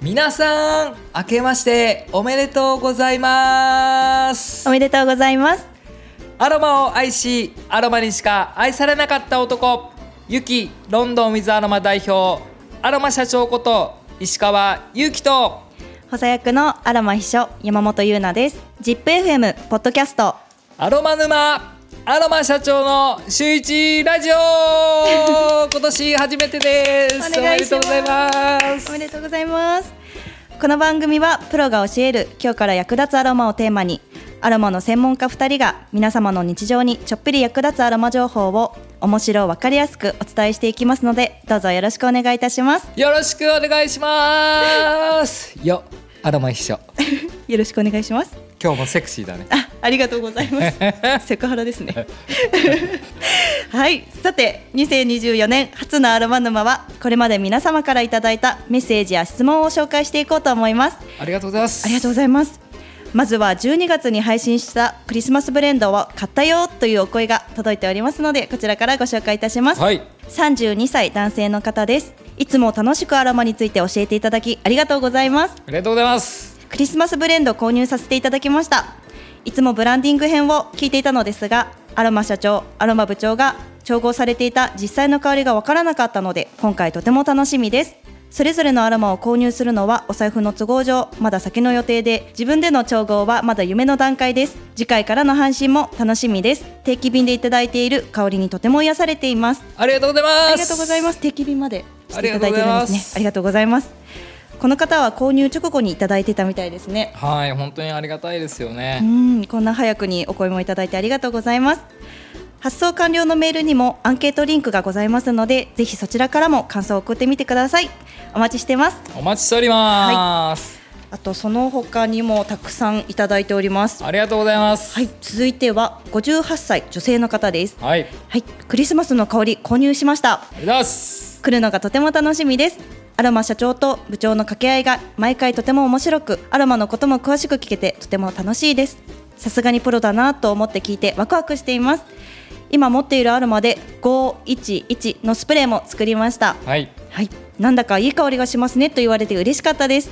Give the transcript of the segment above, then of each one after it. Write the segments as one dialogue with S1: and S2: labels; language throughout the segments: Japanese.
S1: 皆さん明けましておめでとうございます
S2: おめでとうございます
S1: アロマを愛しアロマにしか愛されなかった男ユキロンドンウィズアロマ代表アロマ社長こと石川祐希と
S2: 補佐役のアロマ秘書山本優奈です ZIPFM ポッドキャスト
S1: アロマ沼アロマ社長の週一ラジ オ今年初めてです
S2: お願いし
S1: おめでとう
S2: ます
S1: ございます
S2: おめでとうございますこの番組はプロが教える今日から役立つアロマをテーマにアロマの専門家2人が皆様の日常にちょっぴり役立つアロマ情報を面白わかりやすくお伝えしていきますのでどうぞよろしくお願いいたします
S1: よろしくお願いしますよアロマ秘書
S2: よろしくお願いします
S1: 今日もセクシーだね
S2: あ、ありがとうござい ます。セクハラですね。 はい、さて、2024年初のアロマ沼は、これまで皆様からいただいたメッセージや質問を紹介していこうと思います。
S1: ありがとうございます
S2: ありがとうございます。まずは12月に配信したクリスマスブレンドを買ったよというお声が届いておりますので、こちらからご紹介いたします。
S1: はい
S2: 32歳男性の方です。いつも楽しくアロマについて教えていただき、ありがとうございます。
S1: ありがとうございます
S2: クリスマスブレンドを購入させていただきましたいつもブランディング編を聞いていたのですがアロマ社長アロマ部長が調合されていた実際の香りがわからなかったので今回とても楽しみですそれぞれのアロマを購入するのはお財布の都合上まだ先の予定で自分での調合はまだ夢の段階です次回からの配信も楽しみです定期便でいただいている香りにとても癒されています
S1: ありがとうございます
S2: ありがとうございます。定期便までしていただいてるんですね。
S1: あ
S2: あ
S1: り
S2: りがとうございます。この方は購入直後にいただいてたみたいですね。
S1: はい本当にありがたいですよ
S2: う
S1: ね
S2: ん、こんな早くにお声もいただいてありがとうございます。発送完了のメールにもアンケートリンクがございますので、ぜひそちらからも感想を送ってみてください。お待ちしてます。
S1: お待ちしております、
S2: あとその他にもたくさんいただいております。
S1: ありがとうございます
S2: はい、続いては58歳女性の方です。
S1: はい、あり
S2: はい、クリスマスの香り購入しました。
S1: がとうございます
S2: 来るのがとても楽しみですアロマ社長と部長の掛け合いが毎回とても面白くアロマのことも詳しく聞けてとても楽しいですさすがにプロだなと思って聞いてワクワクしています今持っているアロマで511のスプレーも作りました
S1: はい
S2: はい、なんだかいい香りがしますねと言われて嬉しかったです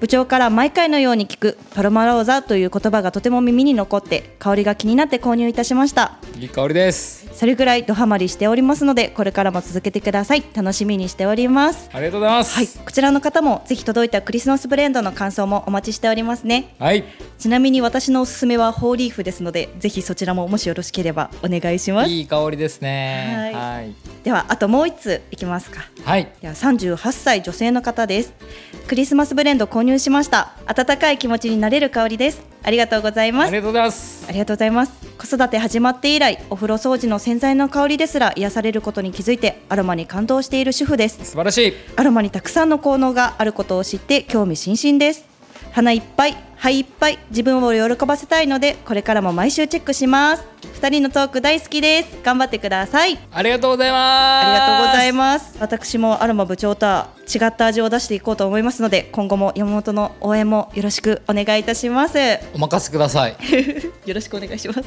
S2: 部長から毎回のように聞くパロマローザという言葉がとても耳に残って香りが気になって購入いたしました
S1: いい香りです
S2: それぐらいドハマりしておりますのでこれからも続けてください楽しみにしております
S1: ありがとうございます
S2: はいこちらの方もぜひ届いたクリスマスブレンドの感想もお待ちしておりますね
S1: はい
S2: ちなみに私のおすすめはホーリーフですのでぜひそちらももしよろしければお願いします
S1: いい香りですね
S2: は
S1: はい
S2: ではあともう一ついきますか
S1: はい
S2: では38歳女性の方ですクリスマスブレンド購入しました温かい気持ちになれる香りですありがとうございま
S1: あ
S2: す
S1: りがとうございます
S2: ありがとうございます子育て始まって以来お風呂掃除の洗剤の香りですら癒されることに気づいてアロマに感動している主婦です
S1: 素晴らしい
S2: アロマにたくさんの効能があることを知って興味津々です鼻いっぱい肺いっぱい自分を喜ばせたいのでこれからも毎週チェックします二人のトーク大好きです頑張ってください
S1: ありがとうござい
S2: あ
S1: ます
S2: りがとうござい
S1: ま
S2: ます私もアロマ部長とは違った味を出していこうと思いますので今後も山本の応援もよろしくお願いいたします
S1: すお任せください
S2: よろしくお願いします。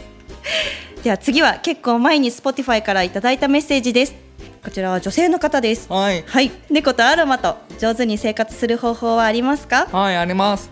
S2: では次は結構前に Spotify からいただいたメッセージです。こちらは女性の方です。
S1: はい
S2: はい、猫とアロマと上手に生活する方法はありますか？
S1: はいあります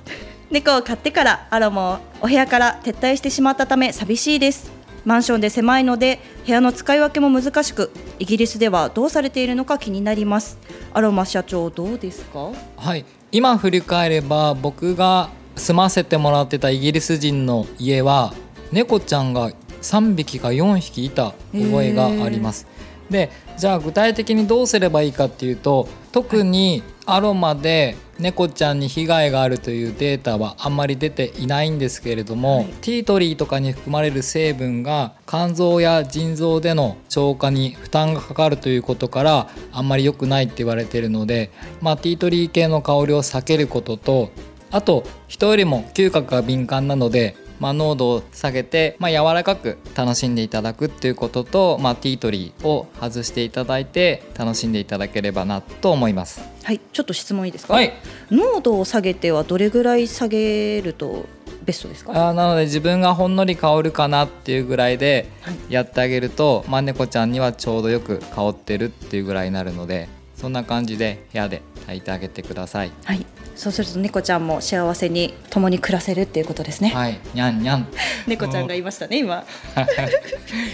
S2: 猫を飼ってからアロマをお部屋から撤退してしまったため寂しいですマンションで狭いので部屋の使い分けも難しくイギリスではどうされているのか気になりますアロマ社長どうですか
S1: はい、今振り返れば僕が住ませてもらってたイギリス人の家は猫ちゃんが3匹か4匹いた覚えがあります。でじゃあ具体的にどうすればいいかっていうと特にアロマで猫ちゃんに被害があるというデータはあんまり出ていないんですけれども、
S2: はい
S1: ティートリーとかに含まれる成分が肝臓や腎臓での消化に負担がかかるということからあんまり良くないって言われているので、まあ、ティートリー系の香りを避けることとあと人よりも嗅覚が敏感なので、まあ、濃度を下げて、まあ、柔らかく楽しんでいただくっていうことと、まあ、ティートリーを外していただいて楽しんでいただければなと思います。
S2: はいちょっと質問いいですか、
S1: はい、
S2: 濃度を下げてはどれぐらい下げるとベストですか
S1: あーなので自分がほんのり香るかなっていうぐらいで
S2: はい
S1: やってあげると、まあ、猫ちゃんにはちょうどよく香ってるっていうぐらいになるのでそんな感じで部屋で炊いてあげてください
S2: はい、そうすると猫ちゃんも幸せに共に暮らせるっていうことですね。
S1: はいにゃんにゃ ん
S2: 猫ちゃんがいましたね今。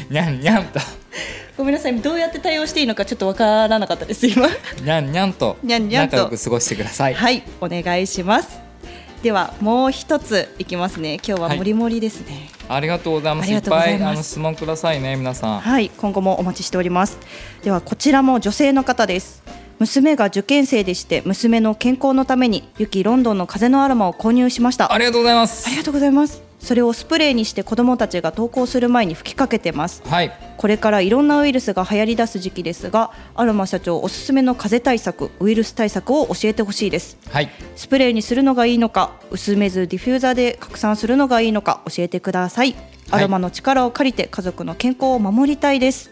S1: にゃんにゃんと
S2: ごめんなさいどうやって対応していいのかちょっとわからなかったです今。
S1: にゃんにゃんと
S2: にゃんにゃんと
S1: 仲良く過ごしてください
S2: はい、お願いします。ではもう一ついきますね。今日はもりもりですね。
S1: ありがとうございま
S2: あ
S1: す
S2: り
S1: い
S2: が
S1: っ
S2: とうご
S1: ぱ
S2: ざい
S1: い
S2: ます
S1: あの質問くださいね皆さん
S2: はい、今後もお待ちしております。ではこちらも女性の方です。娘が受験生でして娘の健康のためにユキロンドンの風のアロマを購入しました。
S1: ありがとうございます
S2: ありがとうございます。それをスプレーにして子どもたちが登校する前に吹きかけてます。
S1: はい
S2: これからいろんなウイルスが流行り出す時期ですが、アロマ社長おすすめの風邪対策、ウイルス対策を教えてほしいです。
S1: はい
S2: スプレーにするのがいいのか、薄めずディフューザーで拡散するのがいいのか教えてください。ア
S1: はい
S2: ロマの力を借りて家族の健康を守りたいです。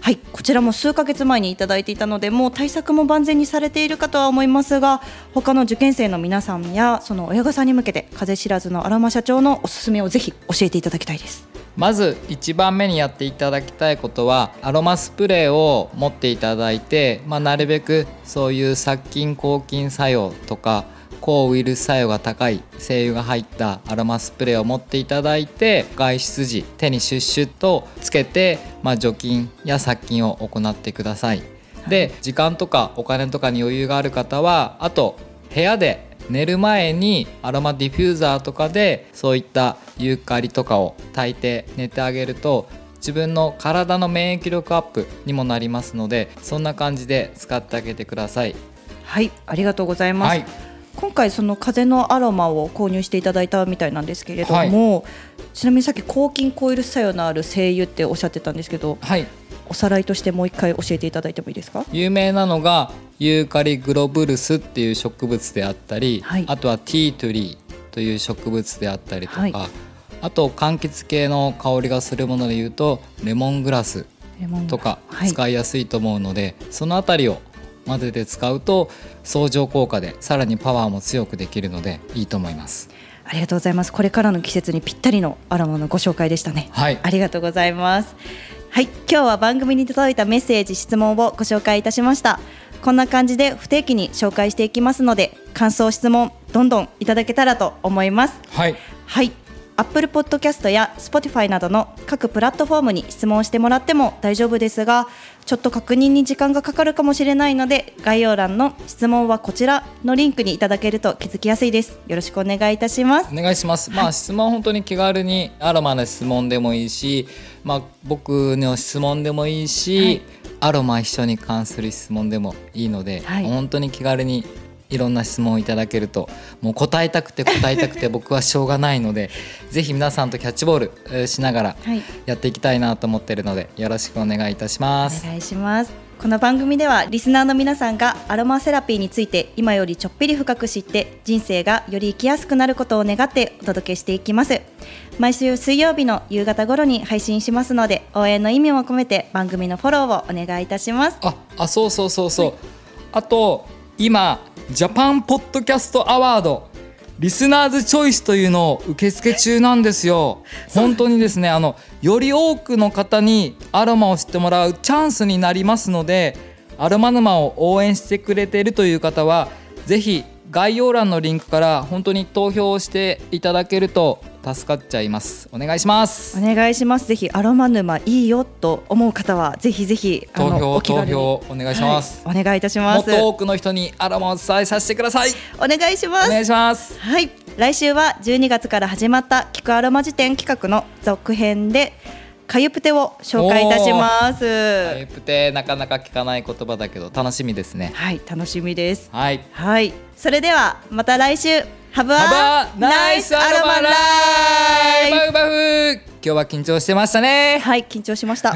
S2: はい、こちらも数ヶ月前にいただいていたので、もう対策も万全にされているかとは思いますが、他の受験生の皆さんやその親御さんに向けて、風邪知らずのアロマ社長のおすすめをぜひ教えていただきたいです。
S1: まず1番目にやっていただきたいことはアロマスプレーを持っていただいて、まあ、なるべくそういう殺菌抗菌作用とか抗ウイルス作用が高い精油が入ったアロマスプレーを持っていただいて外出時手にシュッシュッとつけて、まあ、除菌や殺菌を行ってください。で時間とかお金とかに余裕がある方はあと部屋で寝る前にアロマディフューザーとかでそういったユーカリとかを炊いて寝てあげると自分の体の免疫力アップにもなりますのでそんな感じで使ってあげてください。
S2: はい、ありがとうございます。
S1: はい
S2: 今回その風のアロマを購入していただいたみたいなんですけれども、ちなみにさっき抗菌コイルス作用のある精油っておっしゃってたんですけど、
S1: はい、
S2: おさらいとしてもう一回教えていただいてもいいですか？
S1: 有名なのがユーカリグロブルスっていう植物であったり、
S2: はい
S1: あとはティートゥリーという植物であったりとか、
S2: はい
S1: あと柑橘系の香りがするもので言うとレモングラス
S2: レモン
S1: とか
S2: はい、
S1: 使いやすいと思うので、そのあたりを混ぜて使うと相乗効果でさらにパワーも強くできるのでいいと思います。
S2: ありがとうございます。これからの季節にぴったりのアロマのご紹介でしたね。
S1: はい、
S2: ありがとうございます。はい、今日は番組に届いたメッセージ、質問をご紹介いたしました。こんな感じで不定期に紹介していきますので、感想、質問、どんどんいただけたらと思います。
S1: はい、
S2: はい。Apple Podcast や Spotify などの各プラットフォームに質問してもらっても大丈夫ですが、ちょっと確認に時間がかかるかもしれないので、概要欄の質問はこちらのリンクにいただけると気づきやすいです。よろしくお願いいたします
S1: お。願いします。まあ質問は本当に気軽にアロマの質問でもいいし、まあ僕の質問でもいいし、
S2: はい
S1: アロマ一緒に関する質問でもいいので、
S2: はい
S1: 本当に気軽にいろんな質問をいただけるともう答えたくて答えたくて僕はしょうがないのでぜひ皆さんとキャッチボールえーしながら
S2: はい。
S1: やっていきたいなと思ってるのでよろしくお願いいたしま
S2: お
S1: す。
S2: 願いしますこの番組ではリスナーの皆さんがアロマセラピーについて今よりちょっぴり深く知って人生がより生きやすくなることを願ってお届けしていきます毎週水曜日の夕方頃に配信しますので応援の意味も込めて番組のフォローをお願いいたします
S1: あ、あ、そうそうそうそう。あと今ジャパンポッドキャストアワードリスナーズチョイスというのを受付中なんですよ。本当にですね、あのより多くの方にアロマを知ってもらうチャンスになりますので、アロマ沼を応援してくれているという方はぜひ概要欄のリンクから本当に投票をしていただけると助かっちゃいます。お願いします。
S2: お願いしますぜひアロマ沼いいよと思う方はぜひぜひあ
S1: 投
S2: の
S1: 票
S2: お気
S1: 投
S2: 軽に
S1: 票お願いします、
S2: はいお願いいたし
S1: も
S2: ま
S1: っ
S2: す
S1: と多くの人にアロマを伝えさせてください
S2: お願いしま
S1: お
S2: す
S1: 願いします
S2: はい来週は12月から始まった「聞くアロマ辞典」企画の続編でカユプテを紹介いたします
S1: タイプってなかなか聞かない言葉だけど楽しみですね
S2: はい楽しみです
S1: はい
S2: はいそれではまた来週ハブ
S1: ハバナイスアロマライ
S2: イ
S1: バフバフ今日は緊張してましたね
S2: はい緊張しました